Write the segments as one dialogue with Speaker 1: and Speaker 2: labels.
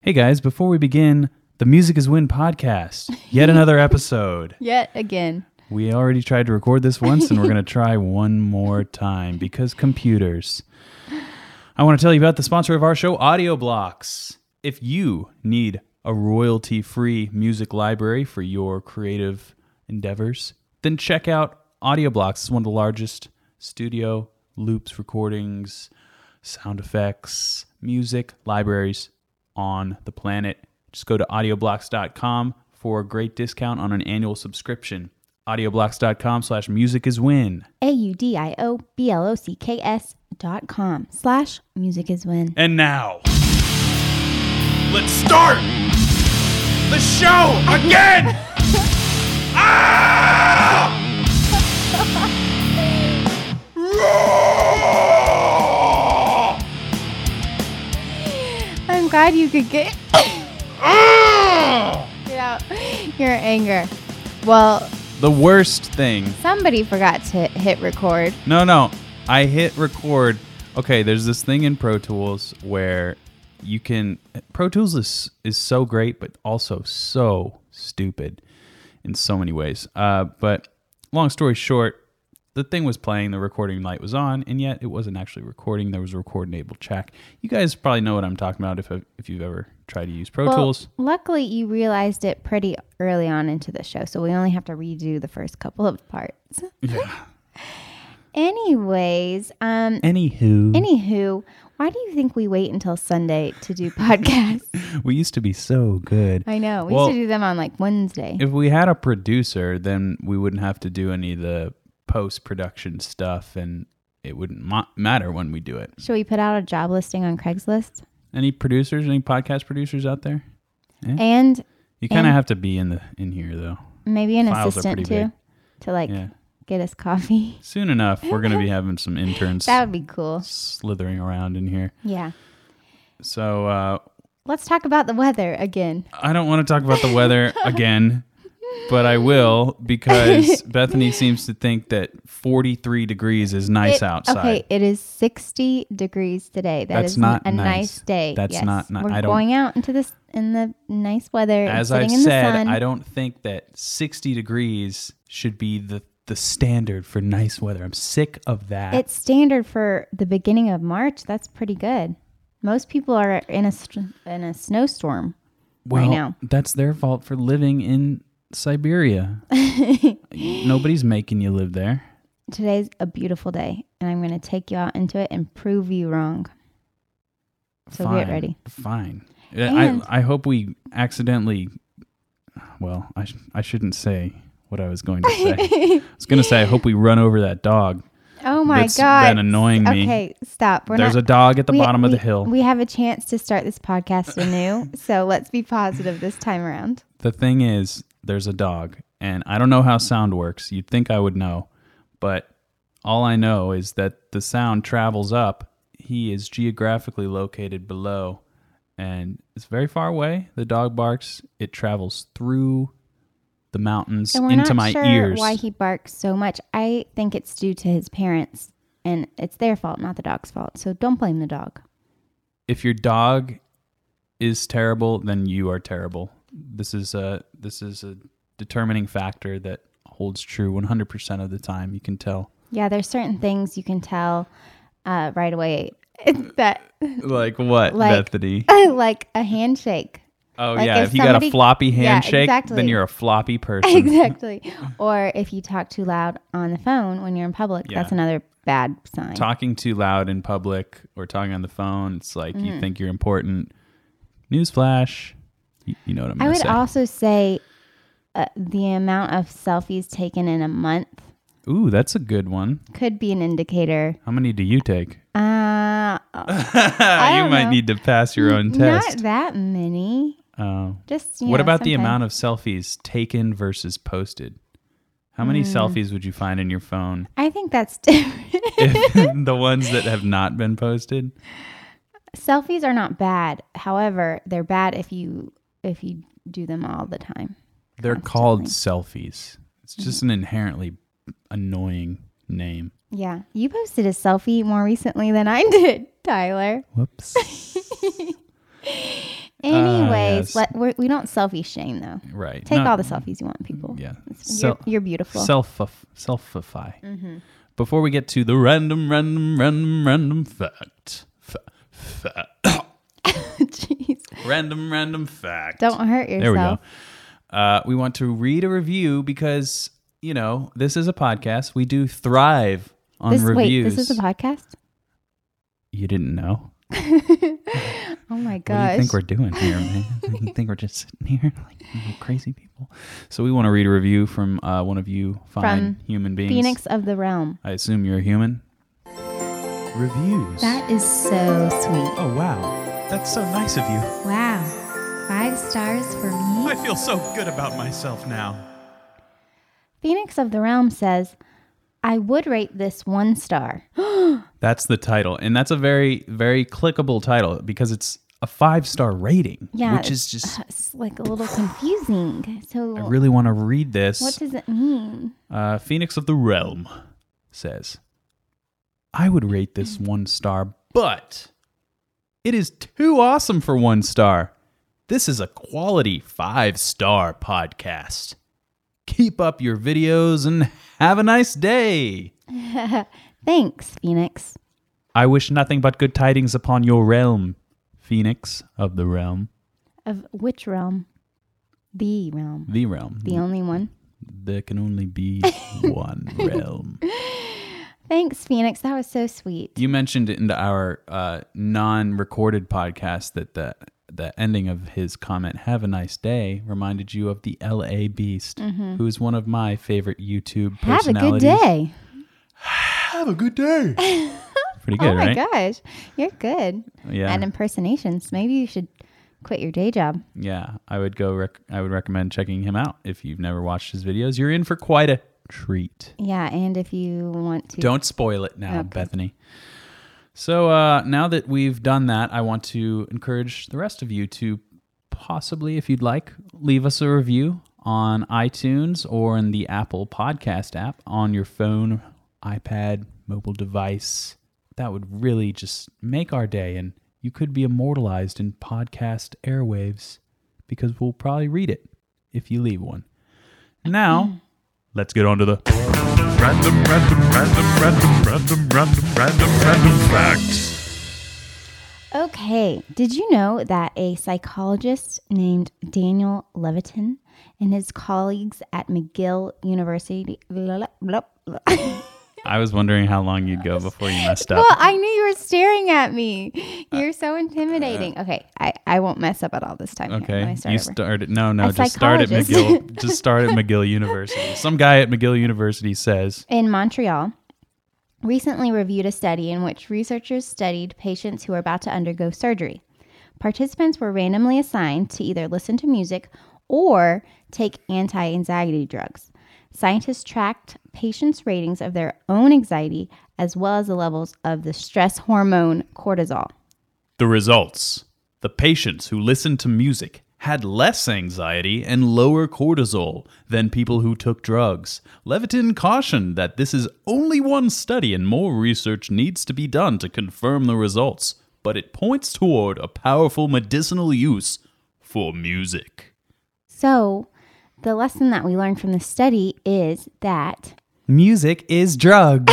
Speaker 1: Hey guys, before we begin, the Music is Win podcast, yet another episode.
Speaker 2: Yet again.
Speaker 1: We already tried to record this once and we're going to try one more time because computers. I want to tell you about the sponsor of our show, Audio Blocks. If you need a royalty free music library for your creative endeavors, then check out Audio Blocks. It's one of the largest studio loops, recordings, sound effects, music libraries on the planet. Just go to audioblocks.com for a great discount on an annual subscription. Audioblocks.com slash music is win.
Speaker 2: A U D I O B L O C K S dot com slash music is win.
Speaker 1: And now, let's start the show again.
Speaker 2: I'm glad you could get get out your anger. Well,
Speaker 1: the worst thing.
Speaker 2: somebody forgot to hit record.
Speaker 1: No, no. I hit record. Okay, there's this thing in Pro Tools where you can Pro Tools is is so great but also so stupid in so many ways. Uh, but long story short, the thing was playing, the recording light was on, and yet it wasn't actually recording. There was a record enabled check. You guys probably know what I'm talking about if if you've ever tried to use Pro
Speaker 2: Well,
Speaker 1: Tools.
Speaker 2: luckily you realized it pretty early on into the show, so we only have to redo the first couple of parts.
Speaker 1: Yeah.
Speaker 2: Anyways, um
Speaker 1: Anywho,
Speaker 2: anywho, why do you think we wait until Sunday to do podcasts?
Speaker 1: we used to be so good.
Speaker 2: I know. We
Speaker 1: Well-
Speaker 2: used to do them on like Wednesday.
Speaker 1: if we had a producer, then we wouldn't have to do any of the post production stuff, and it wouldn't ma- matter when we do it.
Speaker 2: Should we put out a job listing on Craigslist?
Speaker 1: Any producers, any podcast producers out there?
Speaker 2: And
Speaker 1: You kind of
Speaker 2: And-
Speaker 1: have to be in the in here though.
Speaker 2: maybe an
Speaker 1: Files are
Speaker 2: assistant
Speaker 1: pretty
Speaker 2: too
Speaker 1: big.
Speaker 2: to like
Speaker 1: Yeah.
Speaker 2: get us coffee.
Speaker 1: Soon enough, we're gonna be having some interns
Speaker 2: That would be cool.
Speaker 1: slithering around in here.
Speaker 2: Yeah.
Speaker 1: So uh,
Speaker 2: Let's talk about the weather again.
Speaker 1: I don't want to talk about the weather again, but I will because Bethany seems to think that 43 degrees is nice
Speaker 2: It-
Speaker 1: outside.
Speaker 2: Okay, it is 60 degrees today. That
Speaker 1: That's
Speaker 2: is n-
Speaker 1: not
Speaker 2: a
Speaker 1: nice.
Speaker 2: nice day.
Speaker 1: That's
Speaker 2: Yes.
Speaker 1: not ni-
Speaker 2: We're
Speaker 1: I don't-
Speaker 2: going out into this in the nice weather. and
Speaker 1: as
Speaker 2: sitting
Speaker 1: I've
Speaker 2: in the
Speaker 1: said,
Speaker 2: sun.
Speaker 1: I don't think that 60 degrees should be the the standard for nice weather. I'm sick of that.
Speaker 2: It's standard for the beginning of March. That's pretty good. Most people are in a st- in a snowstorm
Speaker 1: well,
Speaker 2: right now.
Speaker 1: That's their fault for living in Siberia. Nobody's making you live there.
Speaker 2: Today's a beautiful day, and I'm going to take you out into it and prove you wrong. So
Speaker 1: fine,
Speaker 2: get ready.
Speaker 1: Fine.
Speaker 2: And-
Speaker 1: I I hope we accidentally. Well, I sh- I shouldn't say what I was going to say. I was going to say I hope we run over that dog.
Speaker 2: Oh my
Speaker 1: That's
Speaker 2: god!
Speaker 1: been annoying me.
Speaker 2: Okay, stop. We're
Speaker 1: There's
Speaker 2: not.
Speaker 1: a dog at the
Speaker 2: we-
Speaker 1: bottom of the
Speaker 2: we-
Speaker 1: hill.
Speaker 2: We have a chance to start this podcast anew, so let's be positive this time around.
Speaker 1: the thing is, there's a dog, and I don't know how sound works. You'd think I would know, but all I know is that the sound travels up. He is geographically located below, and it's very far away. The dog barks. It travels through the mountains
Speaker 2: And we're
Speaker 1: into
Speaker 2: not
Speaker 1: my
Speaker 2: sure
Speaker 1: ears.
Speaker 2: why he barks so much. I think it's due to his parents, and it's their fault, not the dog's fault. So don't blame the dog.
Speaker 1: if your dog is terrible, then you are terrible. This is a this is a determining factor that holds true 100% of the time. You can tell.
Speaker 2: Yeah, there's certain things you can tell uh, right away that,
Speaker 1: Like what,
Speaker 2: Like-
Speaker 1: Bethany?
Speaker 2: like a handshake,
Speaker 1: Oh
Speaker 2: Like,
Speaker 1: yeah, if,
Speaker 2: if
Speaker 1: you got a
Speaker 2: somebody-
Speaker 1: floppy handshake, then
Speaker 2: exactly.
Speaker 1: you're a floppy person.
Speaker 2: exactly, or if you talk too loud on the phone when you're in public, that's
Speaker 1: Yeah.
Speaker 2: another bad sign.
Speaker 1: talking too loud in public or talking on the phone, it's like you think you're important. Newsflash, you, you know what I'm
Speaker 2: I
Speaker 1: gonna
Speaker 2: would
Speaker 1: say.
Speaker 2: also say uh, the amount of selfies taken in a month
Speaker 1: Ooh, that's a good one.
Speaker 2: could be an indicator.
Speaker 1: How many do you take?
Speaker 2: Uh,
Speaker 1: you
Speaker 2: don't
Speaker 1: might
Speaker 2: know.
Speaker 1: need to pass your own
Speaker 2: not
Speaker 1: test.
Speaker 2: that many.
Speaker 1: Oh.
Speaker 2: Just you
Speaker 1: what
Speaker 2: know,
Speaker 1: about the
Speaker 2: sometimes.
Speaker 1: amount of selfies taken versus posted? How many Hmm. selfies would you find in your phone?
Speaker 2: I think that's different.
Speaker 1: if the ones that have not been posted?
Speaker 2: selfies are not bad. However, they're bad if you if you do them all the time.
Speaker 1: They're called selfies. It's
Speaker 2: Mm.
Speaker 1: just an inherently annoying name.
Speaker 2: Yeah, you posted a selfie more recently than I did, Tyler.
Speaker 1: Whoops.
Speaker 2: Anyways,
Speaker 1: Ah, yes.
Speaker 2: let, we're, we don't selfie shame though.
Speaker 1: Right.
Speaker 2: Take
Speaker 1: Not-
Speaker 2: all the selfies you want, people.
Speaker 1: Yeah.
Speaker 2: It's-
Speaker 1: Sel-
Speaker 2: you're, you're beautiful. Mm-hmm.
Speaker 1: Self selfify. Before we get to the random, random, random, random fact. Fa- fa-
Speaker 2: Jeez.
Speaker 1: random, random fact.
Speaker 2: Don't hurt yourself.
Speaker 1: There we go. Uh, we want to read a review because you know this is a podcast. We do thrive on
Speaker 2: This, wait,
Speaker 1: reviews.
Speaker 2: this is a podcast?
Speaker 1: you didn't know.
Speaker 2: Oh my gosh.
Speaker 1: What do you think we're doing here, man? you think we're just sitting here like you know, crazy people? So we want to read a review from uh, one of you fine
Speaker 2: From
Speaker 1: human beings.
Speaker 2: Phoenix of the Realm.
Speaker 1: I assume you're a human. Reviews.
Speaker 3: That is so sweet.
Speaker 1: oh wow, that's so nice of you.
Speaker 3: Wow. Five stars for me?
Speaker 1: feel so good about myself now.
Speaker 2: Phoenix of the Realm says, I would rate this one star.
Speaker 1: That's the title, and that's a very very clickable title because it's a five star rating,
Speaker 2: Yeah,
Speaker 1: which is just.
Speaker 2: It's like a little confusing. So,
Speaker 1: I really want to read this.
Speaker 2: what does it mean?
Speaker 1: Uh, Phoenix of the Realm says, I would rate this one star, but it is too awesome for one star. This is a quality five star podcast. Keep up your videos and have a nice day.
Speaker 2: Thanks, Phoenix.
Speaker 1: I wish nothing but good tidings upon your realm, Phoenix of the Realm.
Speaker 2: Of which realm? The realm.
Speaker 1: The realm.
Speaker 2: The only one.
Speaker 1: there can only be one realm.
Speaker 2: Thanks, Phoenix. That was so sweet.
Speaker 1: You mentioned in our uh, non-recorded podcast that the the ending of his comment "Have a nice day" reminded you of the L.A. Beast, who is one of my favorite YouTube
Speaker 2: Mm-hmm. Have a good
Speaker 1: personalities.
Speaker 2: day.
Speaker 1: Have a good day. Pretty good,
Speaker 2: oh my
Speaker 1: right?
Speaker 2: gosh. You're good
Speaker 1: Yeah,
Speaker 2: at impersonations. Maybe you should quit your day job.
Speaker 1: yeah. I would go. Rec- I would recommend checking him out if you've never watched his videos. You're in for quite a treat.
Speaker 2: Yeah, and if you want to
Speaker 1: Don't spoil it now, Bethany. So uh, now that we've done that, I want to encourage the rest of you to possibly, if you'd like, leave us a review on iTunes or in the Apple Podcast app on your phone, iPad, mobile device. That would really just make our day, and you could be immortalized in podcast airwaves because we'll probably read it if you leave one. Now, let's get on to the
Speaker 4: random, random, random, random, random, random, random, random facts.
Speaker 2: Okay. Did you know that a psychologist named Daniel Levitin and his colleagues at McGill University blah, blah, blah, blah.
Speaker 1: I was wondering how long you'd go before you messed up.
Speaker 2: Well, I knew you were staring at me.
Speaker 1: Uh,
Speaker 2: You're so intimidating. Okay, I, I won't mess up at all this time. Here. Let
Speaker 1: okay,
Speaker 2: me start
Speaker 1: you
Speaker 2: over.
Speaker 1: started. No, no,
Speaker 2: A
Speaker 1: just start at
Speaker 2: psychologist.
Speaker 1: McGill. just start at McGill University. Some guy at McGill University says,
Speaker 2: in Montreal recently reviewed a study in which researchers studied patients who were about to undergo surgery. Participants were randomly assigned to either listen to music or take anti anxiety drugs. Scientists tracked patients' ratings of their own anxiety as well as the levels of the stress hormone cortisol.
Speaker 1: "The results: the patients who listened to music had less anxiety and lower cortisol than people who took drugs." Levitin cautioned that this is only one study, and more research needs to be done to confirm the results. But it points toward a powerful medicinal use for music.
Speaker 2: So, the lesson that we learned from this study is that
Speaker 1: Music is drugs.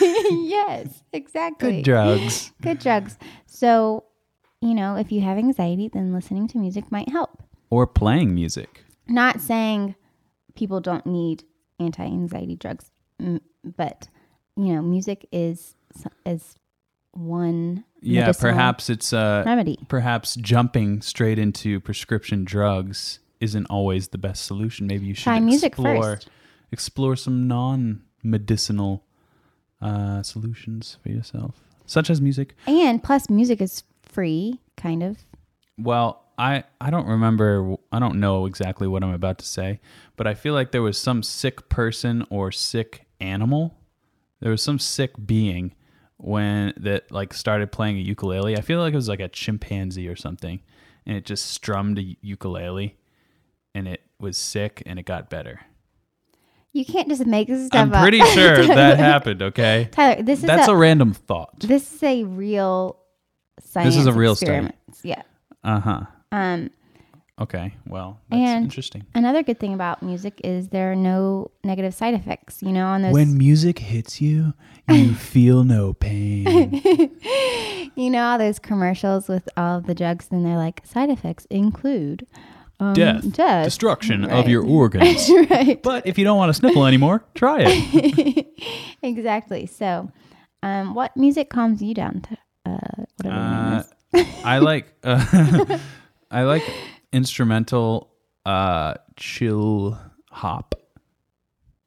Speaker 2: yes, exactly.
Speaker 1: Good drugs.
Speaker 2: good drugs. So, you know, if you have anxiety, then listening to music might help.
Speaker 1: Or playing music.
Speaker 2: Not saying people don't need anti-anxiety drugs, mm, but you know, music is is one
Speaker 1: Yeah,
Speaker 2: medicinal
Speaker 1: perhaps it's uh
Speaker 2: remedy.
Speaker 1: perhaps jumping straight into prescription drugs isn't always the best solution. Maybe you should
Speaker 2: Try music
Speaker 1: explore
Speaker 2: first.
Speaker 1: explore some non-medicinal uh solutions for yourself, such as music.
Speaker 2: And plus, music is free, kind of.
Speaker 1: Well, I I don't remember I don't know exactly what I'm about to say, but I feel like there was some sick person or sick animal. There was some sick being when that like started playing a ukulele. I feel like it was like a chimpanzee or something and it just strummed a ukulele and it was sick and it got better.
Speaker 2: You can't just make this stuff
Speaker 1: I'm
Speaker 2: up.
Speaker 1: pretty sure that happened, okay?
Speaker 2: Tyler, this is
Speaker 1: That's
Speaker 2: a,
Speaker 1: a random thought.
Speaker 2: this is a real science.
Speaker 1: is a real study.
Speaker 2: experiment. Yeah.
Speaker 1: Uh-huh.
Speaker 2: Um,
Speaker 1: Okay. Well, that's
Speaker 2: And-
Speaker 1: interesting.
Speaker 2: another good thing about music is there are no negative side effects, you know, on those
Speaker 1: When music hits you, you feel no pain.
Speaker 2: you know all those commercials with all of the drugs and they're like side effects include um,
Speaker 1: Death, destruction of
Speaker 2: right.
Speaker 1: your organs.
Speaker 2: right.
Speaker 1: But if you don't want to sniffle anymore, try it.
Speaker 2: Exactly. So, um, what music calms you down? To, uh, whatever. your name
Speaker 1: Uh,
Speaker 2: is.
Speaker 1: I like uh, I like instrumental uh, chill hop.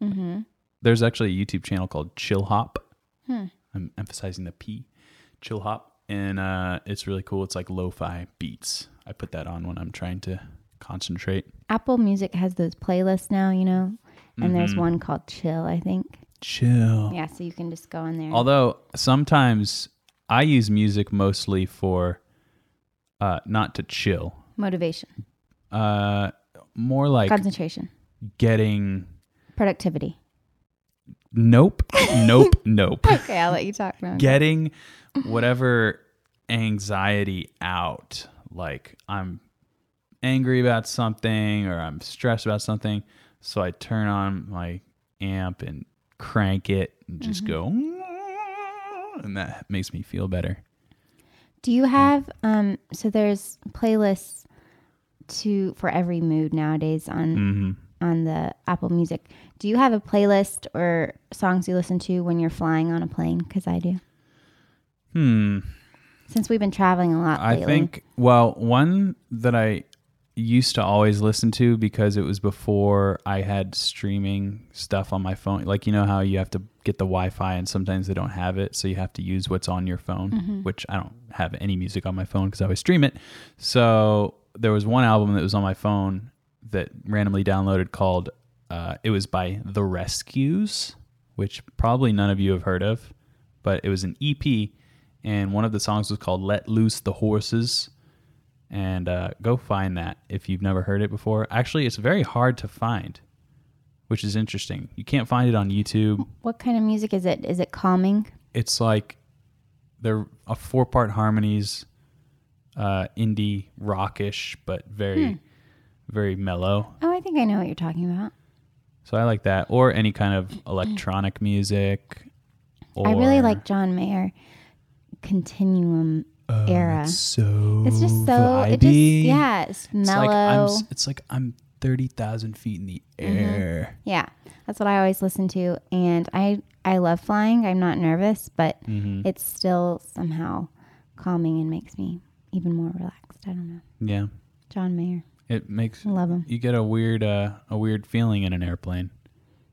Speaker 2: Mhm.
Speaker 1: There's actually a YouTube channel called Chill Hop. I'm emphasizing the P, Chill Hop, and uh, it's really cool. It's like lo-fi beats. I put that on when I'm trying to concentrate.
Speaker 2: Apple Music has those playlists now, you know, and there's one called Chill, I think.
Speaker 1: Chill.
Speaker 2: Yeah, so you can just go on there.
Speaker 1: Mm-hmm. Although sometimes I use music mostly for uh, not to chill,
Speaker 2: Motivation,
Speaker 1: uh, more like
Speaker 2: concentration,
Speaker 1: getting
Speaker 2: productivity.
Speaker 1: nope, nope, nope.
Speaker 2: Okay, I'll let you talk now.
Speaker 1: getting whatever anxiety out. Like I'm angry about something or I'm stressed about something. So I turn on my amp and crank it and just go, and that makes me feel better.
Speaker 2: Do you have um? So there's playlists to for every mood nowadays on
Speaker 1: Mm-hmm.
Speaker 2: on the Apple Music. Do you have a playlist or songs you listen to when you're flying on a plane? Because I do.
Speaker 1: Hmm.
Speaker 2: Since we've been traveling a lot
Speaker 1: I
Speaker 2: lately.
Speaker 1: think well, one that I used to always listen to because it was before I had streaming stuff on my phone. Like you know how you have to get the Wi-Fi and sometimes they don't have it, so you have to use what's on your phone, which I don't have any music on my phone cuz I always stream it. So there was one album that was on my phone that randomly downloaded called uh, it was by The Rescues, which probably none of you have heard of, but it was an EP and one of the songs was called "Let Loose the Horses." And uh, go find that if you've never heard it before. Actually, it's very hard to find, which is interesting. You can't find it on YouTube.
Speaker 2: What kind of music is it? Is it calming?
Speaker 1: It's like they're a four-part harmonies, uh, indie rockish, but
Speaker 2: Hmm.
Speaker 1: very, very mellow.
Speaker 2: Oh, I think I know what you're talking about.
Speaker 1: So I like that, or any kind of electronic music. Or
Speaker 2: I really like John Mayer Continuum
Speaker 1: Uh,
Speaker 2: era.
Speaker 1: It's so.
Speaker 2: It's just so it just
Speaker 1: vibey.
Speaker 2: yeah, it's mellow. Mm-hmm.
Speaker 1: It's like I'm. s- It's like I'm thirty thousand feet in the air.
Speaker 2: Yeah, that's what I always listen to, and I I love flying. I'm not nervous, but
Speaker 1: Mm-hmm.
Speaker 2: it's still somehow calming and makes me even more relaxed. I don't know.
Speaker 1: Yeah,
Speaker 2: John Mayer,
Speaker 1: it makes
Speaker 2: love him.
Speaker 1: you get a weird, uh, a weird feeling in an airplane.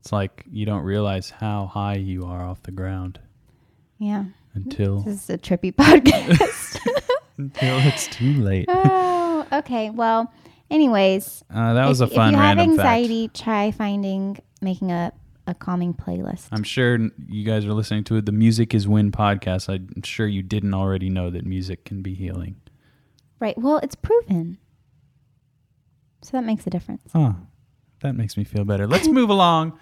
Speaker 1: It's like you don't realize how high you are off the ground
Speaker 2: Yeah,
Speaker 1: until
Speaker 2: this is a trippy podcast.
Speaker 1: until it's too late.
Speaker 2: oh, okay. Well, anyways,
Speaker 1: Uh, that was
Speaker 2: if,
Speaker 1: a fun
Speaker 2: if you have
Speaker 1: random fact.
Speaker 2: anxiety, try finding making a a calming playlist.
Speaker 1: I'm sure n- you guys are listening to the Music Is Win podcast. I'm sure you didn't already know that music can be healing.
Speaker 2: right. Well, it's proven, so that makes a difference.
Speaker 1: Oh, that makes me feel better. Let's move along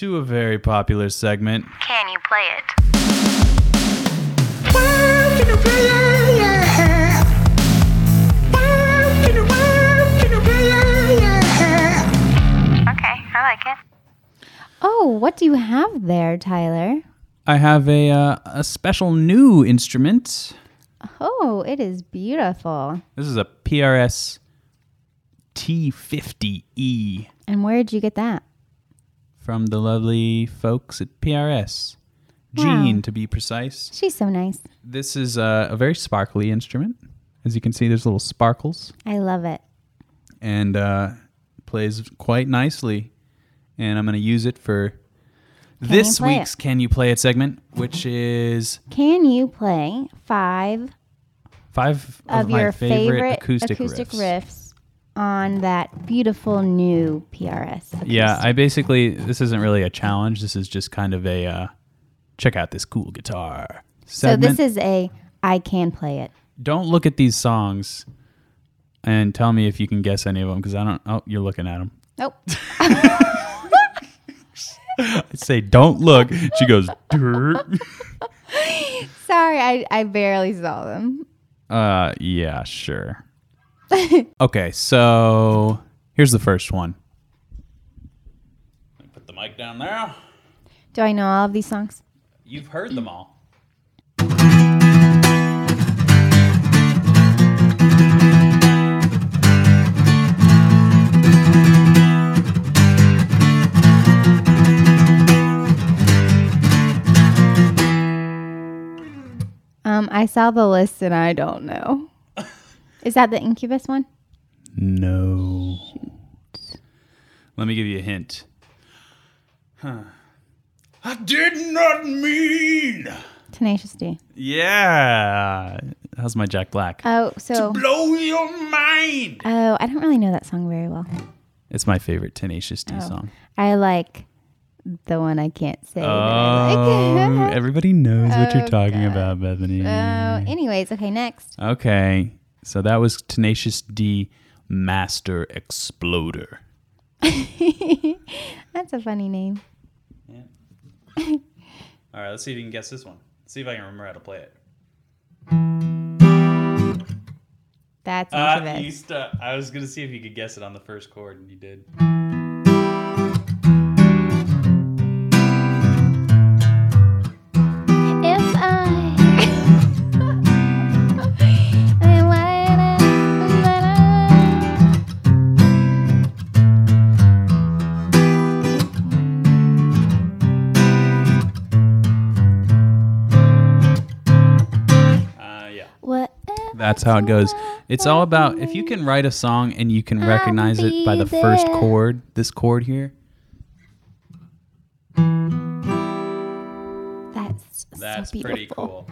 Speaker 1: to a very popular segment.
Speaker 5: Can you play it? Okay, I like it.
Speaker 2: Oh, what do you have there, Tyler?
Speaker 1: I have a uh, a special new instrument.
Speaker 2: Oh, it is beautiful.
Speaker 1: This is a PRS T50E
Speaker 2: And where did you get that?
Speaker 1: E from the lovely folks at PRS.
Speaker 2: Wow.
Speaker 1: Gene, to be precise.
Speaker 2: She's so nice.
Speaker 1: This is uh, a very sparkly instrument. As you can see, there's little sparkles
Speaker 2: I love it.
Speaker 1: and uh, plays quite nicely. And I'm going to use it for this
Speaker 2: play it?
Speaker 1: week's Can You Play It segment, which is
Speaker 2: Can you play five
Speaker 1: five
Speaker 2: of,
Speaker 1: of, my
Speaker 2: your
Speaker 1: favorite,
Speaker 2: favorite,
Speaker 1: acoustic, riffs.
Speaker 2: riffs on that beautiful new PRS? acoustic?
Speaker 1: Yeah, I basically this isn't really a challenge. This is just kind of a uh, check out this cool guitar.
Speaker 2: So
Speaker 1: Segment.
Speaker 2: this is a I can play it.
Speaker 1: don't look at these songs and tell me if you can guess any of them because I don't. Oh, you're looking at them.
Speaker 2: Nope.
Speaker 1: I say don't look. She goes. "Durr."
Speaker 2: Sorry, I, I barely saw them.
Speaker 1: Uh, yeah, sure. Okay, so here's the first one. Put the mic down there.
Speaker 2: Do I know all of these songs?
Speaker 1: You've heard them all.
Speaker 2: Um, I saw the list and I don't know. Is that the Incubus one?
Speaker 1: No. Let me give you a hint. Huh. I did not mean.
Speaker 2: Tenacious D.
Speaker 1: Yeah. How's my Jack Black?
Speaker 2: Oh, so
Speaker 1: Blow your mind.
Speaker 2: oh, I don't really know that song very well.
Speaker 1: It's my favorite Tenacious
Speaker 2: Oh.
Speaker 1: D song.
Speaker 2: I like the one I can't say. that I
Speaker 1: Oh,
Speaker 2: like.
Speaker 1: everybody knows what you're talking about, Bethany.
Speaker 2: Oh, anyways, okay, next.
Speaker 1: Okay. So that was Tenacious D Master Exploder.
Speaker 2: That's a funny name.
Speaker 1: All right, let's see if you can guess this one. Let's see if I can remember how to play it.
Speaker 2: That's
Speaker 1: Uh,
Speaker 2: Incubus.
Speaker 1: you stu- I was going to see if you could guess it on the first chord, and you did.
Speaker 2: If I. And why did I-
Speaker 1: Uh, yeah.
Speaker 2: What?
Speaker 1: That's how it goes. It's all about if you can write a song and you can recognize it by the first
Speaker 2: there.
Speaker 1: chord, this chord here.
Speaker 2: That's so
Speaker 1: That's
Speaker 2: beautiful.
Speaker 1: pretty cool.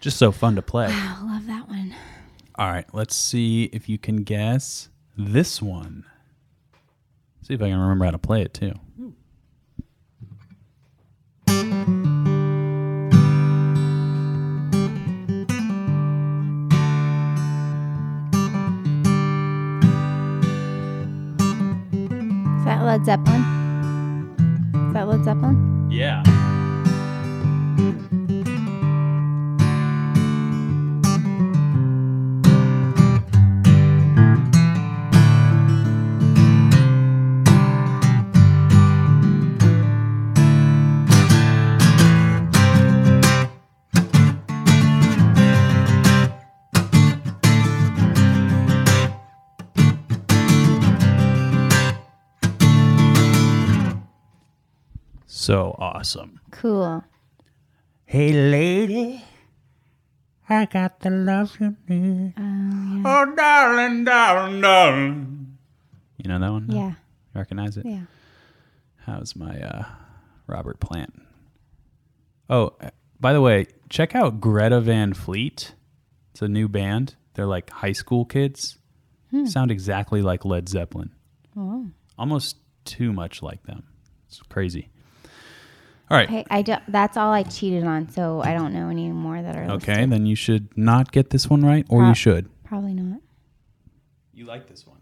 Speaker 1: Just so fun to play.
Speaker 2: I love that one.
Speaker 1: All right, let's see if you can guess this one. See if I can remember how to play it too.
Speaker 2: Is that Led Zeppelin? Is that Led Zeppelin?
Speaker 1: Yeah. So awesome.
Speaker 2: Cool.
Speaker 6: Hey, lady, I got the love you need. Oh, darling, darling, darling.
Speaker 1: You know that one?
Speaker 2: Yeah.
Speaker 1: You recognize it?
Speaker 2: Yeah.
Speaker 1: How's my uh, Robert Plant? Oh, uh, by the way, check out Greta Van Fleet. It's a new band. They're like high school kids. Sound exactly like Led Zeppelin. Almost too much like them. It's crazy. All right.
Speaker 2: Okay, I don't, that's all I cheated on, so I don't know any more that are
Speaker 1: Okay,
Speaker 2: listed.
Speaker 1: then you should not get this one right, or
Speaker 2: Uh,
Speaker 1: you should.
Speaker 2: Probably not.
Speaker 1: You like this one.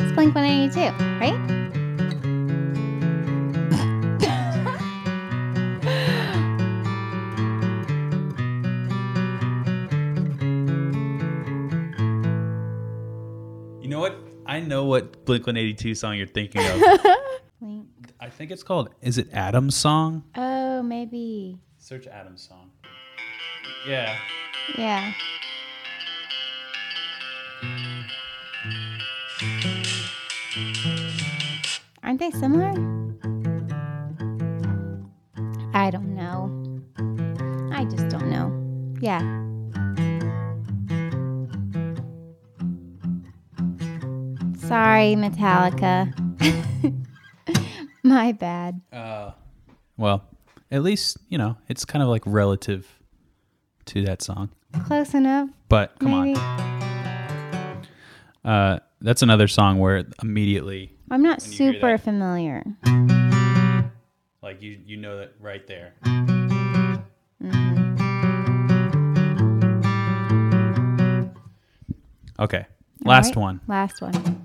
Speaker 2: It's Blink 182, right?
Speaker 1: You know what? I know what Blink 182 song you're thinking of.
Speaker 2: Blink.
Speaker 1: I think it's called, is it Adam's Song?
Speaker 2: Oh, maybe.
Speaker 1: Search Adam's Song. Yeah.
Speaker 2: Yeah. Aren't they similar? I don't know. I just don't know. Yeah. Sorry, Metallica. My bad.
Speaker 1: Well, at least, you know, it's kind of like relative to that song.
Speaker 2: Close enough.
Speaker 1: But come
Speaker 2: maybe.
Speaker 1: on. Uh, that's another song where immediately,
Speaker 2: I'm not
Speaker 1: you hear
Speaker 2: super
Speaker 1: that.
Speaker 2: familiar.
Speaker 1: like, you, you know that right there.
Speaker 2: Mm.
Speaker 1: Okay.
Speaker 2: All
Speaker 1: Last
Speaker 2: right,
Speaker 1: one.
Speaker 2: Last one.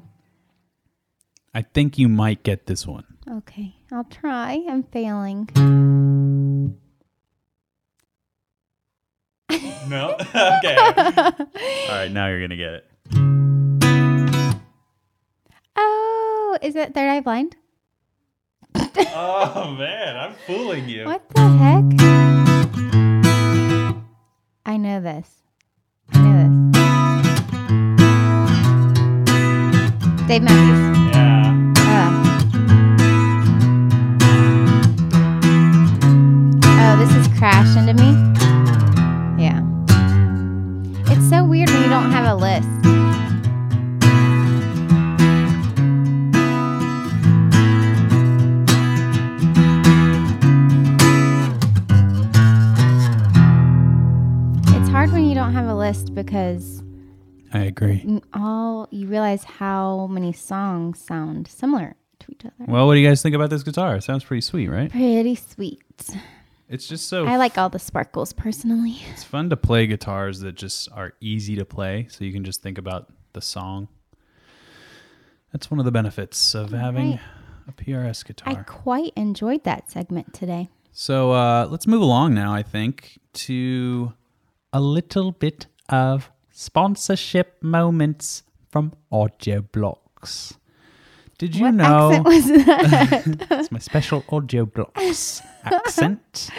Speaker 1: I think you might get this one.
Speaker 2: Okay, I'll try. I'm failing.
Speaker 1: No. okay. All right, now you're going to get it.
Speaker 2: Oh, is it Third Eye Blind?
Speaker 1: Oh man, I'm fooling you.
Speaker 2: What the heck? I know this. I know this. Dave Matthews.
Speaker 1: Yeah.
Speaker 2: Oh. Oh, this is Crash into me. Yeah. It's so weird when you don't have a list. It's hard when you don't have a list because
Speaker 1: I agree.
Speaker 2: n- all you realize how many songs sound similar to each other.
Speaker 1: Well, what do you guys think about this guitar? It sounds pretty sweet, right?
Speaker 2: Pretty sweet.
Speaker 1: It's just so
Speaker 2: I like all the sparkles personally.
Speaker 1: it's fun to play guitars that just are easy to play so you can just think about the song. That's one of the benefits of having
Speaker 2: right.
Speaker 1: a PRS
Speaker 2: I
Speaker 1: guitar.
Speaker 2: quite enjoyed that segment today.
Speaker 1: So uh, let's move along now, I think, to a little bit of sponsorship moments from audio blocks. Did you
Speaker 2: what
Speaker 1: know
Speaker 2: accent was that?
Speaker 1: it's my special audio blocks accent?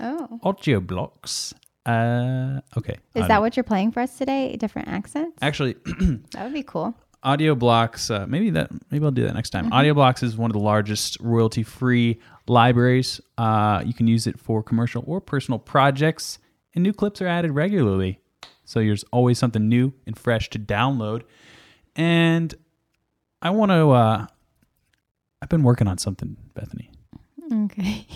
Speaker 2: oh.
Speaker 1: Audio blocks. Uh, okay.
Speaker 2: Is
Speaker 1: I
Speaker 2: that
Speaker 1: don't-
Speaker 2: what you're playing for us today? Different accents?
Speaker 1: Actually,
Speaker 2: That would be cool.
Speaker 1: audio blocks uh, maybe that maybe i'll do that next time audio blocks is one of the largest royalty free libraries uh, you can use it for commercial or personal projects and new clips are added regularly so there's always something new and fresh to download and i want to uh, i've been working on something bethany
Speaker 2: Okay.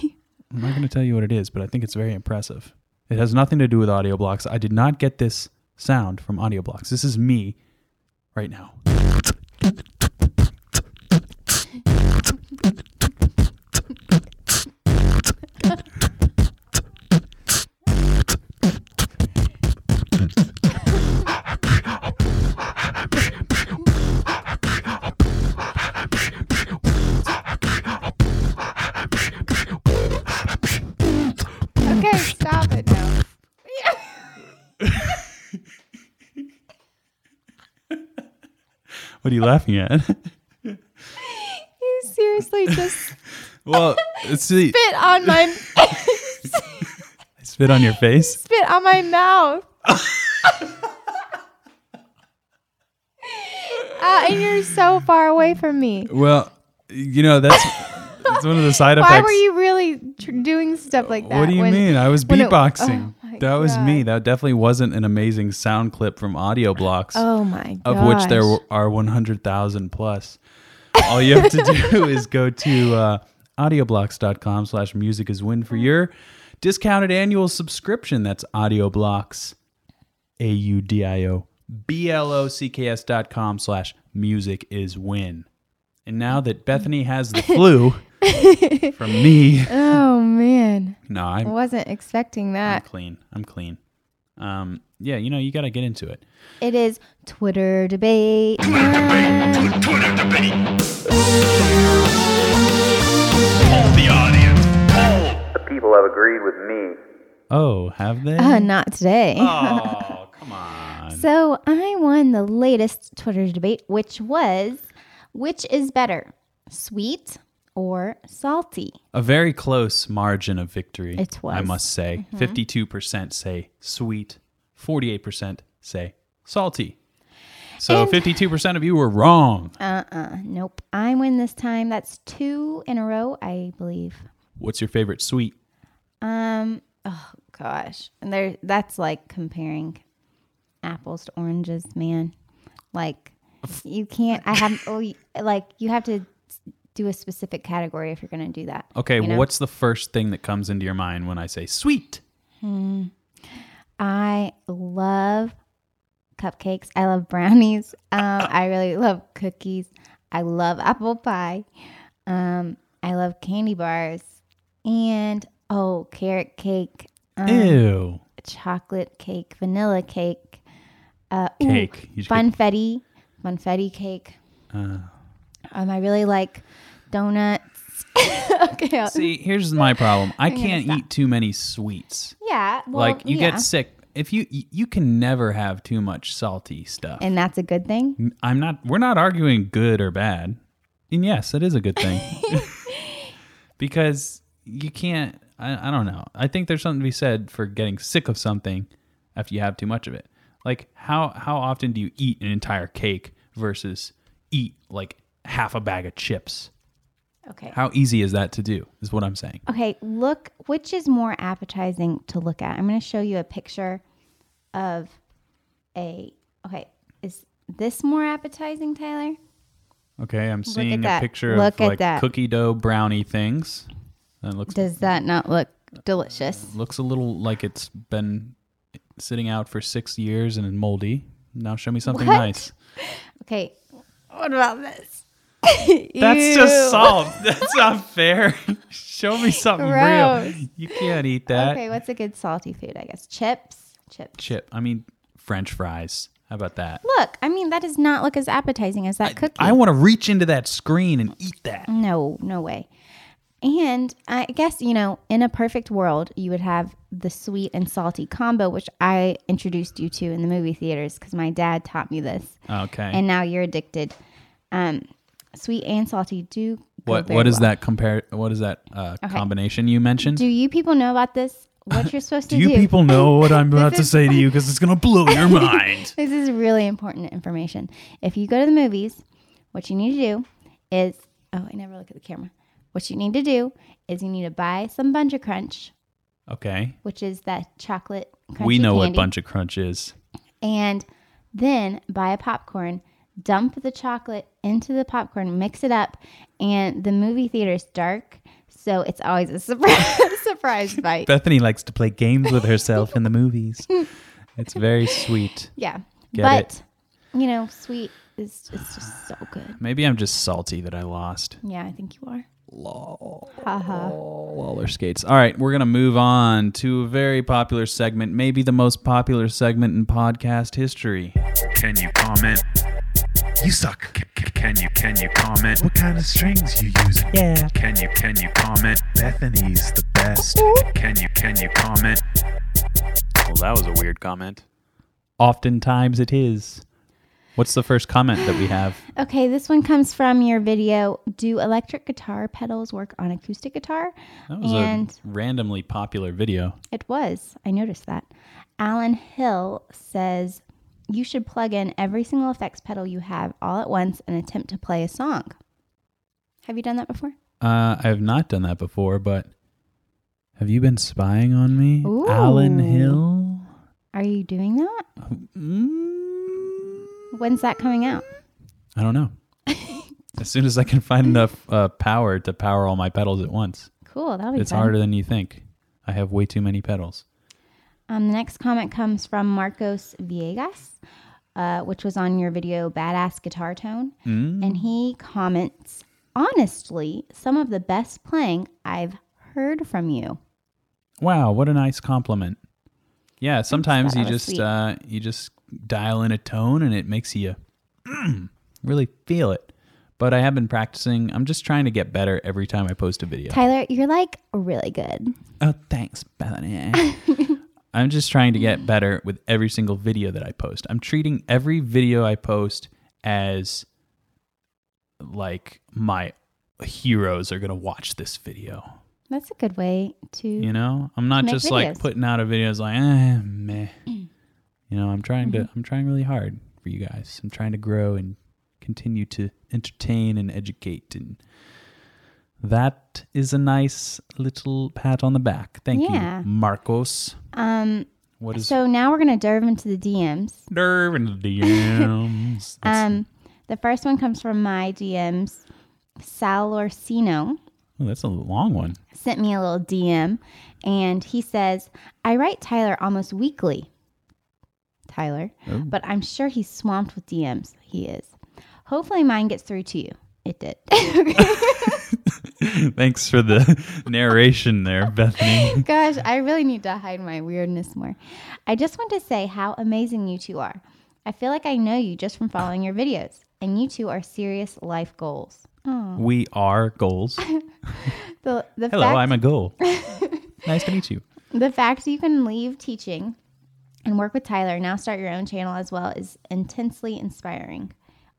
Speaker 1: i'm not going to tell you what it is but i think it's very impressive it has nothing to do with audio blocks i did not get this sound from audio blocks this is me right now
Speaker 2: Okay, stop it now.
Speaker 1: What are you laughing at?
Speaker 2: You seriously just spit
Speaker 1: well, see,
Speaker 2: on my
Speaker 1: spit on your face.
Speaker 2: spit on my mouth. Ah, and you're so far away from me.
Speaker 1: Well, you know that's that's one of the side effects.
Speaker 2: Why were you really tr- doing stuff like that?
Speaker 1: What do you
Speaker 2: when-
Speaker 1: mean? I was
Speaker 2: when it-
Speaker 1: beatboxing.
Speaker 2: oh my
Speaker 1: that was me.
Speaker 2: God.
Speaker 1: That definitely wasn't an amazing sound clip from audio blocks,
Speaker 2: Oh my god.
Speaker 1: of which there w- are one hundred thousand plus. All you have to do is go to uh, audioblocks.com slash music is win for your discounted annual subscription. That's audioblocks. A U D I O B L O C K S dot com slash music is win. And now that Bethany has the flu from me,
Speaker 2: Oh man.
Speaker 1: no,
Speaker 2: I
Speaker 1: I'm,
Speaker 2: wasn't expecting
Speaker 1: I'm
Speaker 2: that.
Speaker 1: clean. I'm clean. Um, yeah, you know, you got to get into it.
Speaker 2: It is Twitter debate. time.
Speaker 4: Twitter debate. Poll the audience. Poll.
Speaker 7: people have agreed with me
Speaker 1: Oh, have they?
Speaker 2: Uh, not today.
Speaker 1: oh, come on.
Speaker 2: So I won the latest Twitter debate, which was which is better, sweet or salty?
Speaker 1: A very close margin of victory.
Speaker 2: It
Speaker 1: I
Speaker 2: was. Mm-hmm.
Speaker 1: must say. 52% say sweet, 48% say salty. So
Speaker 2: And-
Speaker 1: 52% of you were wrong.
Speaker 2: Uh uh Nope. I win this time. That's two in a row, I believe.
Speaker 1: What's your favorite sweet?
Speaker 2: Um. Oh gosh. And there. That's like comparing apples to oranges, man. Like you can't. I have. Oh, you- like you have to do a specific category if you're gonna do that.
Speaker 1: Okay,
Speaker 2: you know?
Speaker 1: what's the first thing that comes into your mind when I say sweet?
Speaker 2: I love cupcakes. I love brownies. Um. I really love cookies. I love apple pie. Um. I love candy bars. And oh, carrot cake. Um,
Speaker 1: Ew.
Speaker 2: chocolate cake, vanilla cake, Uh, ooh,
Speaker 1: Cake. You should get-
Speaker 2: funfetti, funfetti cake.
Speaker 1: Uh.
Speaker 2: Um, I really like donuts. okay. uh, I'll-
Speaker 1: See, here's my problem. I
Speaker 2: gonna
Speaker 1: can't
Speaker 2: stop.
Speaker 1: eat too many sweets.
Speaker 2: Yeah. Well,
Speaker 1: like you
Speaker 2: yeah.
Speaker 1: get sick. If you you you can never have too much salty stuff.
Speaker 2: and that's a good thing.
Speaker 1: I'm not we're not arguing good or bad. And yes, it is a good thing. because you can't I, I don't know. I think there's something to be said for getting sick of something after you have too much of it. Like how how often do you eat an entire cake versus eat like half a bag of chips?
Speaker 2: Okay.
Speaker 1: How easy is that to do? Is what I'm saying.
Speaker 2: Okay, look, which is more appetizing to look at? I'm going to show you a picture of a. Okay, is this more appetizing, Tyler?
Speaker 1: Okay, I'm seeing a
Speaker 2: that.
Speaker 1: picture
Speaker 2: Look at
Speaker 1: of like
Speaker 2: that.
Speaker 1: cookie dough brownie things. That looks
Speaker 2: Does that not look delicious?
Speaker 1: looks a little like it's been sitting out for six years and moldy. Now show me something
Speaker 2: What?
Speaker 1: nice.
Speaker 2: Okay, what about this?
Speaker 1: That's just
Speaker 2: Ew.
Speaker 1: salt. That's not fair. show me something real.
Speaker 2: Gross.
Speaker 1: You can't eat that.
Speaker 2: Okay, what's a good salty food, I guess? Chips? Chips.
Speaker 1: Chip. I mean, French fries. How about that?
Speaker 2: Look, I mean, that does not look as appetizing as that cookie.
Speaker 1: I want to reach into that screen and eat that.
Speaker 2: No, no way. And I guess, you know, in a perfect world, you would have the sweet and salty combo, which I introduced you to in the movie theaters because my dad taught me this.
Speaker 1: Okay.
Speaker 2: And now you're addicted. Um, sweet and salty do. go
Speaker 1: what
Speaker 2: very
Speaker 1: what is
Speaker 2: well.
Speaker 1: that compare? What is that uh, combination you mentioned?
Speaker 2: Do you people know about this? What you're supposed to
Speaker 1: Do you people know what I'm about to
Speaker 2: is-
Speaker 1: say to you? Because it's gonna blow your mind.
Speaker 2: This is really important information. If you go to the movies, what you need to do is oh, I never look at the camera. What you need to do is you need to buy some Bunja Crunch,
Speaker 1: Okay,
Speaker 2: which is that chocolate. Crunchy
Speaker 1: we know what
Speaker 2: candy,
Speaker 1: bunch of crunch is.
Speaker 2: And then buy a popcorn, dump the chocolate into the popcorn, mix it up, and the movie theater is dark, so it's always a surprise surprise bite.
Speaker 1: Bethany likes to play games with herself in the movies. It's very sweet.
Speaker 2: yeah,
Speaker 1: Get
Speaker 2: but you know, sweet is it's just so good.
Speaker 1: Maybe I'm just salty that I lost.
Speaker 2: Yeah, I think you are. Haha.
Speaker 1: Waller skates. All right, we're gonna move on to a very popular segment, maybe the most popular segment in podcast history.
Speaker 4: Can you comment? You suck. C- c- can you can you comment? What kind of strings you using? Yeah. Can you can you comment? Bethany's the best. Can you can you comment?
Speaker 1: Well, that was a weird comment. Oftentimes it is. What's the first comment that we have?
Speaker 2: Okay, this one comes from your video. Do electric guitar pedals work on acoustic guitar?
Speaker 1: That was
Speaker 2: And-
Speaker 1: a randomly popular video.
Speaker 2: It was. I noticed that. Alan Hill says you should plug in every single effects pedal you have all at once and attempt to play a song. Have you done that before?
Speaker 1: Uh, I have not done that before, but have you been spying on me, Alan
Speaker 2: Ooh.
Speaker 1: Hill?
Speaker 2: Are you doing that?
Speaker 1: Mm,
Speaker 2: When's that coming out?
Speaker 1: I don't know. as soon as I can find enough uh, power to power all my pedals at once,
Speaker 2: Cool. That'll be
Speaker 1: it's
Speaker 2: fun.
Speaker 1: harder than you think. I have way too many pedals.
Speaker 2: Um, the next comment comes from Marcos Viegas, uh, which was on your video Badass Guitar Tone.
Speaker 1: Mm.
Speaker 2: And he comments, honestly, some of the best playing I've heard from you.
Speaker 1: Wow, what a nice compliment. Yeah, sometimes
Speaker 2: that
Speaker 1: you
Speaker 2: was
Speaker 1: just
Speaker 2: sweet.
Speaker 1: uh, you just dial in a tone and it makes you really feel it. But I have been practicing. I'm just trying to get better every time I post a video.
Speaker 2: Tyler, you're like really good.
Speaker 1: Oh, thanks, Bethany. I'm just trying to get better with every single video that I post. I'm treating every video I post as like my heroes are going to watch this video.
Speaker 2: That's a good way Mm. to.
Speaker 1: You know, I'm not
Speaker 2: Make
Speaker 1: just like
Speaker 2: videos. Mm.
Speaker 1: putting out a video as like, eh, meh. You know, I'm trying
Speaker 2: Mm-hmm.
Speaker 1: to, I'm trying really hard for you guys. I'm trying to grow and continue to entertain and educate. And that is a nice little pat on the back. Thank
Speaker 2: Yeah.
Speaker 1: you, Marcos.
Speaker 2: Um,
Speaker 1: What is
Speaker 2: so now we're going to delve into the DMs.
Speaker 1: nerve and the DMs? That's-
Speaker 2: Um, the first one comes from my DMs. Sal Orsino
Speaker 1: oh, that's a long one.
Speaker 2: sent me a little DM and he says, I write Tyler almost weekly. Tyler,
Speaker 1: Oh.
Speaker 2: but I'm sure he's swamped with DMs. He is. Hopefully mine gets through to you. It did.
Speaker 1: Thanks for the narration there, Bethany.
Speaker 2: Gosh, I really need to hide my weirdness more. I just want to say how amazing you two are. I feel like I know you just from following your videos, and you two are serious life goals.
Speaker 1: We are goals.
Speaker 2: The, the
Speaker 1: Hello,
Speaker 2: fact,
Speaker 1: I'm a goal. nice to meet you.
Speaker 2: the fact you can leave teaching and work with Tyler and now start your own channel as well is intensely inspiring.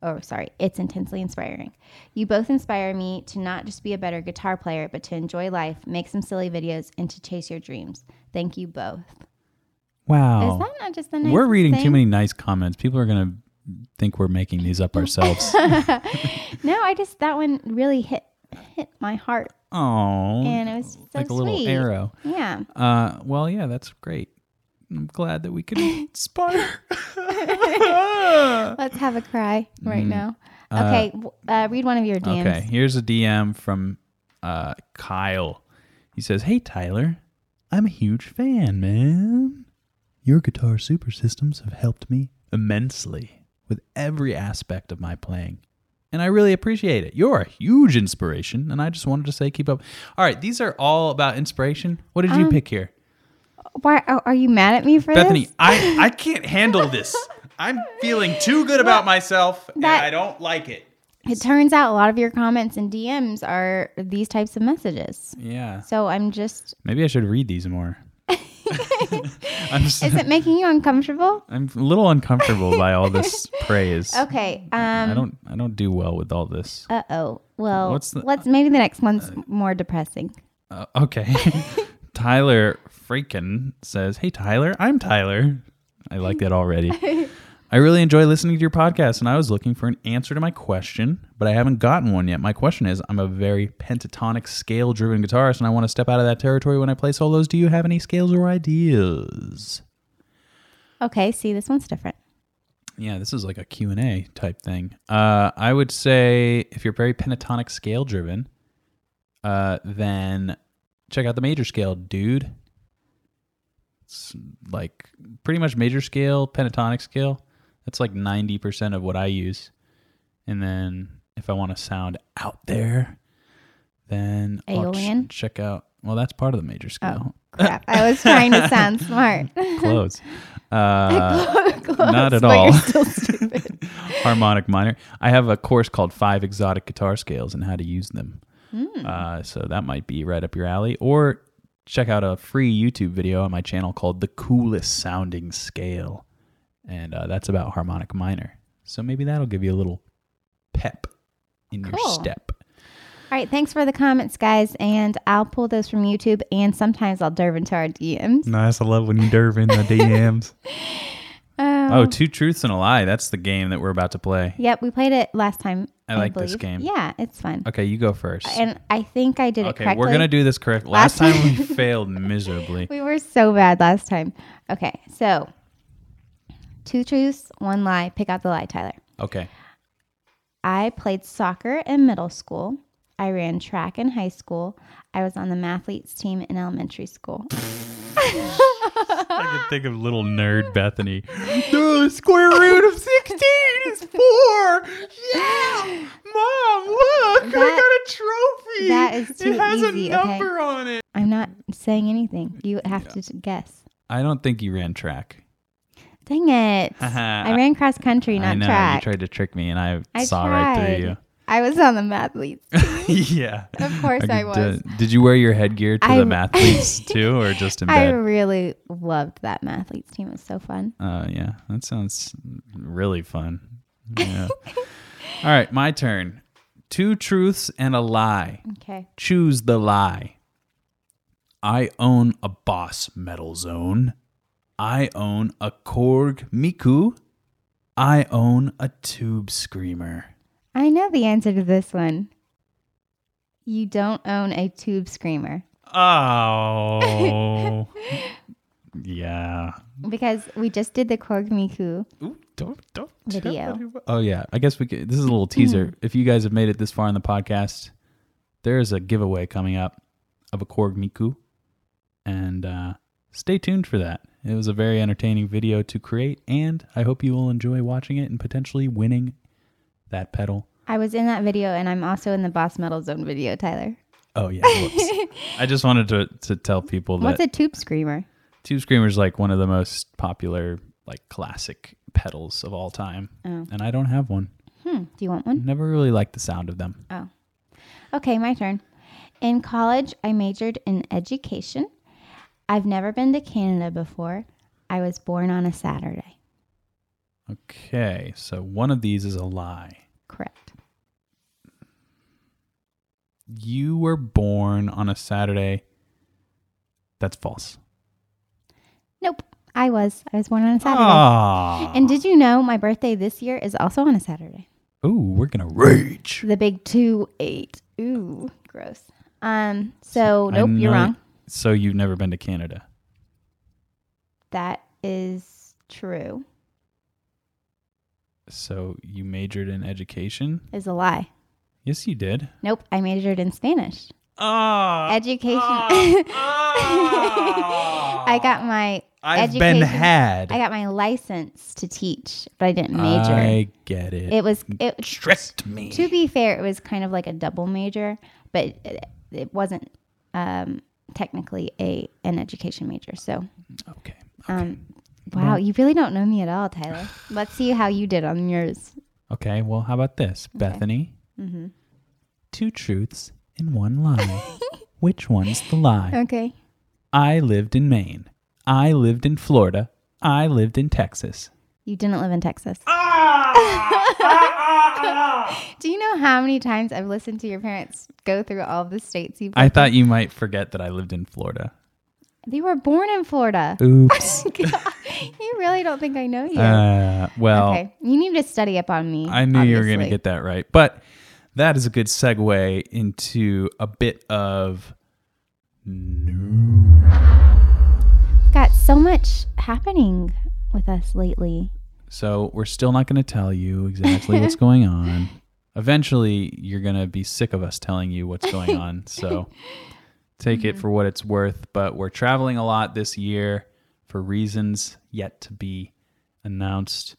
Speaker 2: Oh, sorry, it's intensely inspiring. You both inspire me to not just be a better guitar player, but to enjoy life, make some silly videos, and to chase your dreams. Thank you both.
Speaker 1: Wow.
Speaker 2: Is that not just the nice
Speaker 1: Oh. we're reading too
Speaker 2: thing?
Speaker 1: many nice comments. People are going to think we're making these up ourselves.
Speaker 2: No, I just that one really hit hit my heart,
Speaker 1: Oh.
Speaker 2: and it was so
Speaker 1: like a little
Speaker 2: sweet.
Speaker 1: arrow.
Speaker 2: Yeah.
Speaker 1: Uh, well, yeah, that's great. I'm glad that we could inspire.
Speaker 2: Let's have a cry right now. Okay, w- uh, read one of your DMs.
Speaker 1: Mm. Okay, here's a DM from uh, Kyle. He says, "Hey Tyler, I'm a huge fan, man. Your guitar super systems have helped me immensely with every aspect of my playing, and I really appreciate it. You're a huge inspiration, and I just wanted to say, keep up. All right, these are all about inspiration. What did you pick here,
Speaker 2: Why are, are you mad at me for
Speaker 1: Bethany?
Speaker 2: this?
Speaker 1: I I can't handle this. I'm feeling too good about myself, and
Speaker 2: that-
Speaker 1: I don't like it.
Speaker 2: It turns out a lot of your comments and DMs are these types of messages.
Speaker 1: Yeah,
Speaker 2: So I'm just.
Speaker 1: maybe I should read these more. I'm just,
Speaker 2: Is it making you uncomfortable?
Speaker 1: I'm a little uncomfortable by all this praise.
Speaker 2: Okay.
Speaker 1: I
Speaker 2: Um.
Speaker 1: don't I don't do well with all this.
Speaker 2: Uh oh. Well,
Speaker 1: What's the-
Speaker 2: let's maybe the next one's more depressing.
Speaker 1: Uh, okay. Tyler Freakin says, "Hey Tyler, I'm Tyler. I like that already. I really enjoy listening to your podcast and I was looking for an answer to my question, but I haven't gotten one yet. My question is, I'm a very pentatonic scale driven guitarist and I want to step out of that territory when I play solos. Do you have any scales or ideas?"
Speaker 2: Okay. See, this one's different.
Speaker 1: yeah this is like a q&a type thing uh, i would say if you're very pentatonic scale driven uh, then check out the major scale dude it's like pretty much major scale pentatonic scale that's like 90% of what i use and then if i want to sound out there then I'll ch-
Speaker 2: Aeolian?
Speaker 1: check out well that's part of the major scale
Speaker 2: Crap. I was trying to sound smart.
Speaker 1: close uh,
Speaker 2: Close,
Speaker 1: not at
Speaker 2: but
Speaker 1: all.
Speaker 2: You're still stupid.
Speaker 1: harmonic minor. I have a course called Five Exotic Guitar Scales and How to Use Them.
Speaker 2: Hmm.
Speaker 1: Uh, so that might be right up your alley. Or check out a free YouTube video on my channel called The Coolest Sounding Scale. And uh, that's about harmonic minor. So maybe that'll give you a little pep in your
Speaker 2: Cool.
Speaker 1: step.
Speaker 2: All right, thanks for the comments, guys, and I'll pull those from YouTube, and sometimes I'll dive into our DMs.
Speaker 1: Nice. I love when you derv in the DMs.
Speaker 2: Um,
Speaker 1: oh, Two Truths and a Lie. That's the game that we're about to play.
Speaker 2: yep, we played it last time.
Speaker 1: I like this game.
Speaker 2: Yeah, it's fun,
Speaker 1: Okay, you go first.
Speaker 2: and I think I did it
Speaker 1: okay,
Speaker 2: correctly.
Speaker 1: we're going to do this correct. Last
Speaker 2: Last
Speaker 1: time we failed miserably.
Speaker 2: We were so bad last time. Okay, so two truths, one lie. Pick out the lie, Tyler.
Speaker 1: Okay.
Speaker 2: I played soccer in middle school. I ran track in high school. I was on the mathletes team in elementary school.
Speaker 1: I can think of little nerd Bethany. The square root of 16 is 4. Yeah. Mom, look.
Speaker 2: That-
Speaker 1: got a trophy.
Speaker 2: that is too easy, okay?
Speaker 1: on it.
Speaker 2: I'm not saying anything. You have to guess.
Speaker 1: I don't think you ran track.
Speaker 2: Dang it.
Speaker 1: Haha.
Speaker 2: I ran cross country,
Speaker 1: I
Speaker 2: not
Speaker 1: know.
Speaker 2: track.
Speaker 1: You tried to trick me, and I,
Speaker 2: I
Speaker 1: saw
Speaker 2: tried.
Speaker 1: right
Speaker 2: I was on the mathletes.
Speaker 1: through you. yeah.
Speaker 2: Of course I,
Speaker 1: could
Speaker 2: was.
Speaker 1: do- Did you wear your headgear to
Speaker 2: I-
Speaker 1: the mathletes too, or just in
Speaker 2: I
Speaker 1: bed?
Speaker 2: really loved that mathletes team. It was so fun.
Speaker 1: Uh, yeah, that sounds really fun. Yeah. All right, my turn. Two truths and a lie.
Speaker 2: Okay.
Speaker 1: Choose the lie. I own a Boss Metal Zone. I own a Korg Miku. I own a Tube Screamer.
Speaker 2: I know the answer to this one. You don't own a tube screamer
Speaker 1: Oh. yeah.
Speaker 2: because we just did the Korg Miku.
Speaker 1: Ooh, don't don't
Speaker 2: tell Video.
Speaker 1: Oh yeah, I guess we could. This is a little teaser. If you guys have made it this far in the podcast, there is a giveaway coming up of a Korg Miku, and uh, stay tuned for that. It was a very entertaining video to create, and I hope you will enjoy watching it and potentially winning that pedal.
Speaker 2: I was in that video and I'm also in the Boss Metal Zone video, Tyler.
Speaker 1: Oh yeah, whoops. I just wanted to to tell people that
Speaker 2: What's a tube screamer?
Speaker 1: Tube Screamer is like one of the most popular like classic pedals of all time, and I don't have one.
Speaker 2: Hmm, Do you want one?
Speaker 1: Never really liked the sound of them.
Speaker 2: Okay, my turn. In college, I majored in education. I've never been to Canada before. I was born on a Saturday.
Speaker 1: Okay, so one of these is a lie.
Speaker 2: Correct.
Speaker 1: You were born on a Saturday. That's false.
Speaker 2: Nope. I was. I was born on a Saturday.
Speaker 1: Ah.
Speaker 2: And did you know my birthday this year is also on a Saturday?
Speaker 1: Ooh, we're gonna rage.
Speaker 2: The big two eight. Ooh, gross. Um. So nope,
Speaker 1: I'm
Speaker 2: you're
Speaker 1: not-
Speaker 2: wrong.
Speaker 1: So you've never been to Canada.
Speaker 2: That is true.
Speaker 1: So you majored in education?
Speaker 2: Is a lie.
Speaker 1: Yes, you did.
Speaker 2: Nope. I majored in Spanish.
Speaker 1: Ah.
Speaker 2: education. I got my
Speaker 1: Ah. I've
Speaker 2: education.
Speaker 1: been had.
Speaker 2: I got my license to teach, but I didn't major.
Speaker 1: I get it.
Speaker 2: it was it
Speaker 1: tricked me.
Speaker 2: to be fair, it was kind of like a double major, but it, it wasn't um, technically a an education major. So,
Speaker 1: okay.
Speaker 2: um, wow, you really don't know me at all, Tyler. Let's see how you did on yours.
Speaker 1: Okay. Well, how about this, Bethany?
Speaker 2: Mhm.
Speaker 1: Two truths in one lie. Which one's the lie?
Speaker 2: Okay.
Speaker 1: I lived in Maine. I lived in Florida. I lived in Texas.
Speaker 2: You didn't live in Texas. Do you know how many times I've listened to your parents go through all the states you've
Speaker 1: I thought you might forget that I lived in Florida.
Speaker 2: They were born in Florida.
Speaker 1: Oops.
Speaker 2: you really don't think I know you.
Speaker 1: Uh, well,
Speaker 2: okay. You need to study up on me.
Speaker 1: I knew you were going to
Speaker 2: obviously.
Speaker 1: get that right. But that is a good segue into a bit of
Speaker 2: Got so much happening with us lately.
Speaker 1: So we're still not going to tell you exactly what's going on. Eventually, you're going to be sick of us telling you what's going on. So take it for what it's worth. But we're traveling a lot this year for reasons yet to be announced.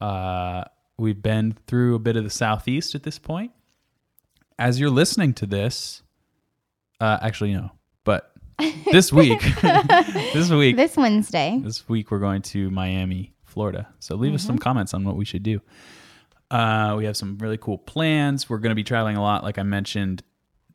Speaker 1: Uh, we've been through a bit of the Southeast at this point. As you're listening to this, uh, actually, no, but this week, this week,
Speaker 2: This Wednesday.
Speaker 1: this week we're going to Miami, Florida. So leave us some comments on what we should do. Uh, we have some really cool plans. We're going to be traveling a lot, like I mentioned,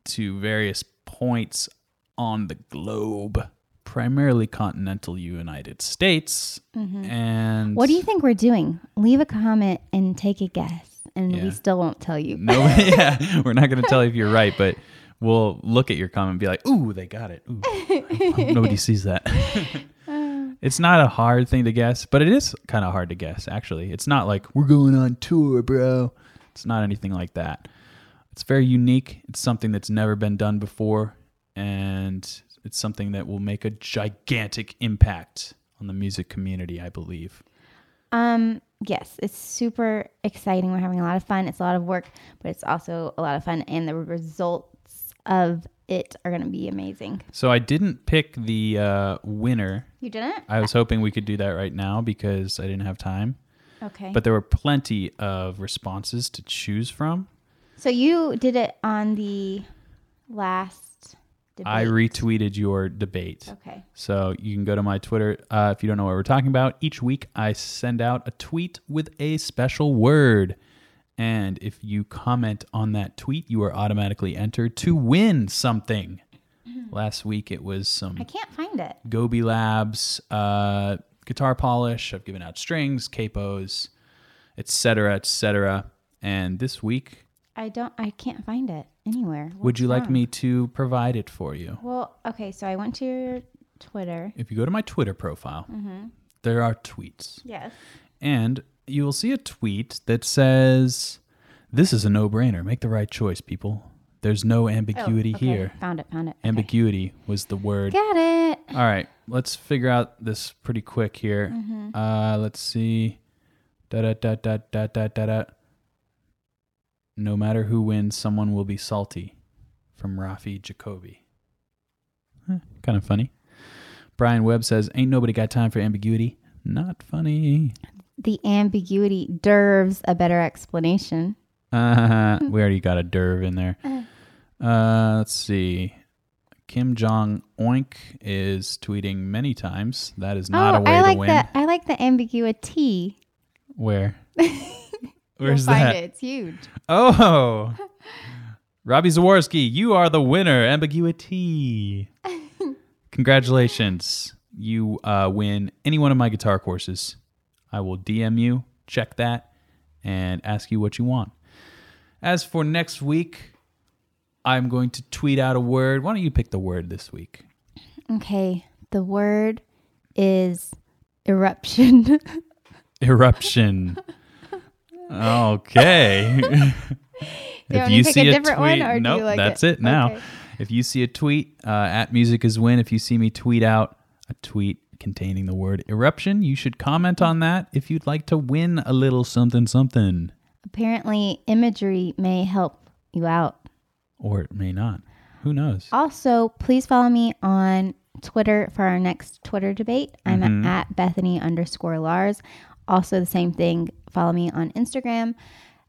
Speaker 1: to various points on the globe, primarily continental United States. And
Speaker 2: What do you think we're doing? Leave a comment and take a guess, and
Speaker 1: Yeah.
Speaker 2: we still won't tell you.
Speaker 1: No, yeah, we're not going to tell you if you're right, but we'll look at your comment and be like, "Ooh, they got it." Ooh, I hope nobody sees that. it's not a hard thing to guess, but it is kind of hard to guess. Actually, it's not like we're going on tour, bro. It's not anything like that. It's very unique. It's something that's never been done before, and it's something that will make a gigantic impact on the music community, I believe.
Speaker 2: Um, yes, it's super exciting. We're having a lot of fun. It's a lot of work, but it's also a lot of fun, and the results of it are going to be amazing.
Speaker 1: So I didn't pick the uh, winner
Speaker 2: You didn't?
Speaker 1: I was hoping we could do that right now because I didn't have time.
Speaker 2: Okay.
Speaker 1: But there were plenty of responses to choose from.
Speaker 2: so you did it on the last debate.
Speaker 1: I retweeted your debate.
Speaker 2: okay.
Speaker 1: So you can go to my Twitter uh, if you don't know what we're talking about. Each week, I send out a tweet with a special word. And if you comment on that tweet, you are automatically entered to win something. Last week, it was some.
Speaker 2: I can't find it.
Speaker 1: Gobi Labs, uh, guitar polish. I've given out strings, capos, etc., etc. And this week,
Speaker 2: I don't. I can't find it anywhere.
Speaker 1: would
Speaker 2: What's
Speaker 1: you like
Speaker 2: wrong?
Speaker 1: me to provide it for you?
Speaker 2: Well, okay. So I went to your Twitter.
Speaker 1: If you go to my Twitter profile,
Speaker 2: Mm-hmm.
Speaker 1: there are tweets,
Speaker 2: Yes.
Speaker 1: and you will see a tweet that says, "This is a no-brainer. Make the right choice, people. There's no ambiguity
Speaker 2: Oh, okay.
Speaker 1: here."
Speaker 2: Found it. Found it. Okay.
Speaker 1: Ambiguity was the word.
Speaker 2: Got it.
Speaker 1: All right, let's figure out this pretty quick here.
Speaker 2: Mm-hmm.
Speaker 1: Uh, let's see. Da da da da da da da da. No matter who wins, someone will be salty. From Rafi Jacoby. kind of funny. Brian Webb says, "Ain't nobody got time for ambiguity." Not funny.
Speaker 2: The ambiguity deserves a better explanation.
Speaker 1: Uh, we already got a derv in there. Uh, let's Uh, see. Kim Jong Oink is tweeting many times. That is not a
Speaker 2: Oh,
Speaker 1: way
Speaker 2: I
Speaker 1: to
Speaker 2: like
Speaker 1: win.
Speaker 2: the I like the ambiguity.
Speaker 1: Where?
Speaker 2: You'll
Speaker 1: Where's
Speaker 2: find
Speaker 1: that?
Speaker 2: it. It's huge.
Speaker 1: Oh. Robbie Zaworski, you are the winner. Ambiguity. Congratulations. You uh, win any one of my guitar courses. I will DM you, check that, and ask you what you want. As for next week, I'm going to tweet out a word. Why don't you pick the word this week?
Speaker 2: Okay, the word is eruption.
Speaker 1: Eruption. Okay.
Speaker 2: Do you want me to pick a different one, or do you
Speaker 1: no,
Speaker 2: like
Speaker 1: that's
Speaker 2: it?
Speaker 1: it, now.
Speaker 2: Okay.
Speaker 1: If you see a tweet uh, at Music Is Win, if you see me tweet out a tweet containing the word eruption, you should comment on that if you'd like to win a little something something,
Speaker 2: Apparently, imagery may help you out.
Speaker 1: or it may not. Who knows?
Speaker 2: Also, please follow me on Twitter for our next Twitter debate. I'm
Speaker 1: Mm-hmm.
Speaker 2: at Bethany underscore Lars. Also, the same thing. Follow me on Instagram.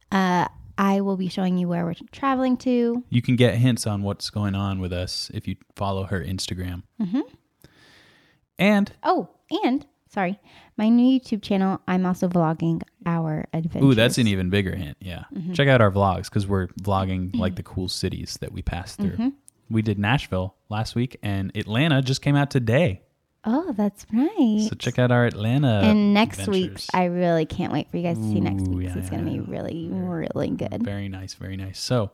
Speaker 2: Uh, I will be showing you where we're traveling to.
Speaker 1: You can get hints on what's going on with us if you follow her Instagram. Mm-hmm. And
Speaker 2: Oh, and sorry, my new YouTube channel. I'm also vlogging our adventures.
Speaker 1: Ooh, that's an even bigger hint. Yeah.
Speaker 2: Mm-hmm.
Speaker 1: Check out our vlogs because we're vlogging like the cool cities that we passed through.
Speaker 2: Mm-hmm.
Speaker 1: We did Nashville last week and Atlanta just came out today.
Speaker 2: oh, that's right.
Speaker 1: So check out our Atlanta.
Speaker 2: and next
Speaker 1: adventures.
Speaker 2: week's, I really can't wait for you guys to see next
Speaker 1: Ooh,
Speaker 2: week's.
Speaker 1: yeah,
Speaker 2: it's
Speaker 1: yeah,
Speaker 2: going to be really, really good.
Speaker 1: Very nice. Very nice. So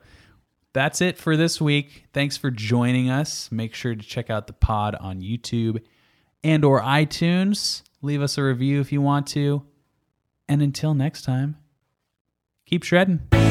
Speaker 1: that's it for this week. Thanks for joining us. Make sure to check out the pod on YouTube and or iTunes. Leave us a review if you want to. And until next time, keep shredding.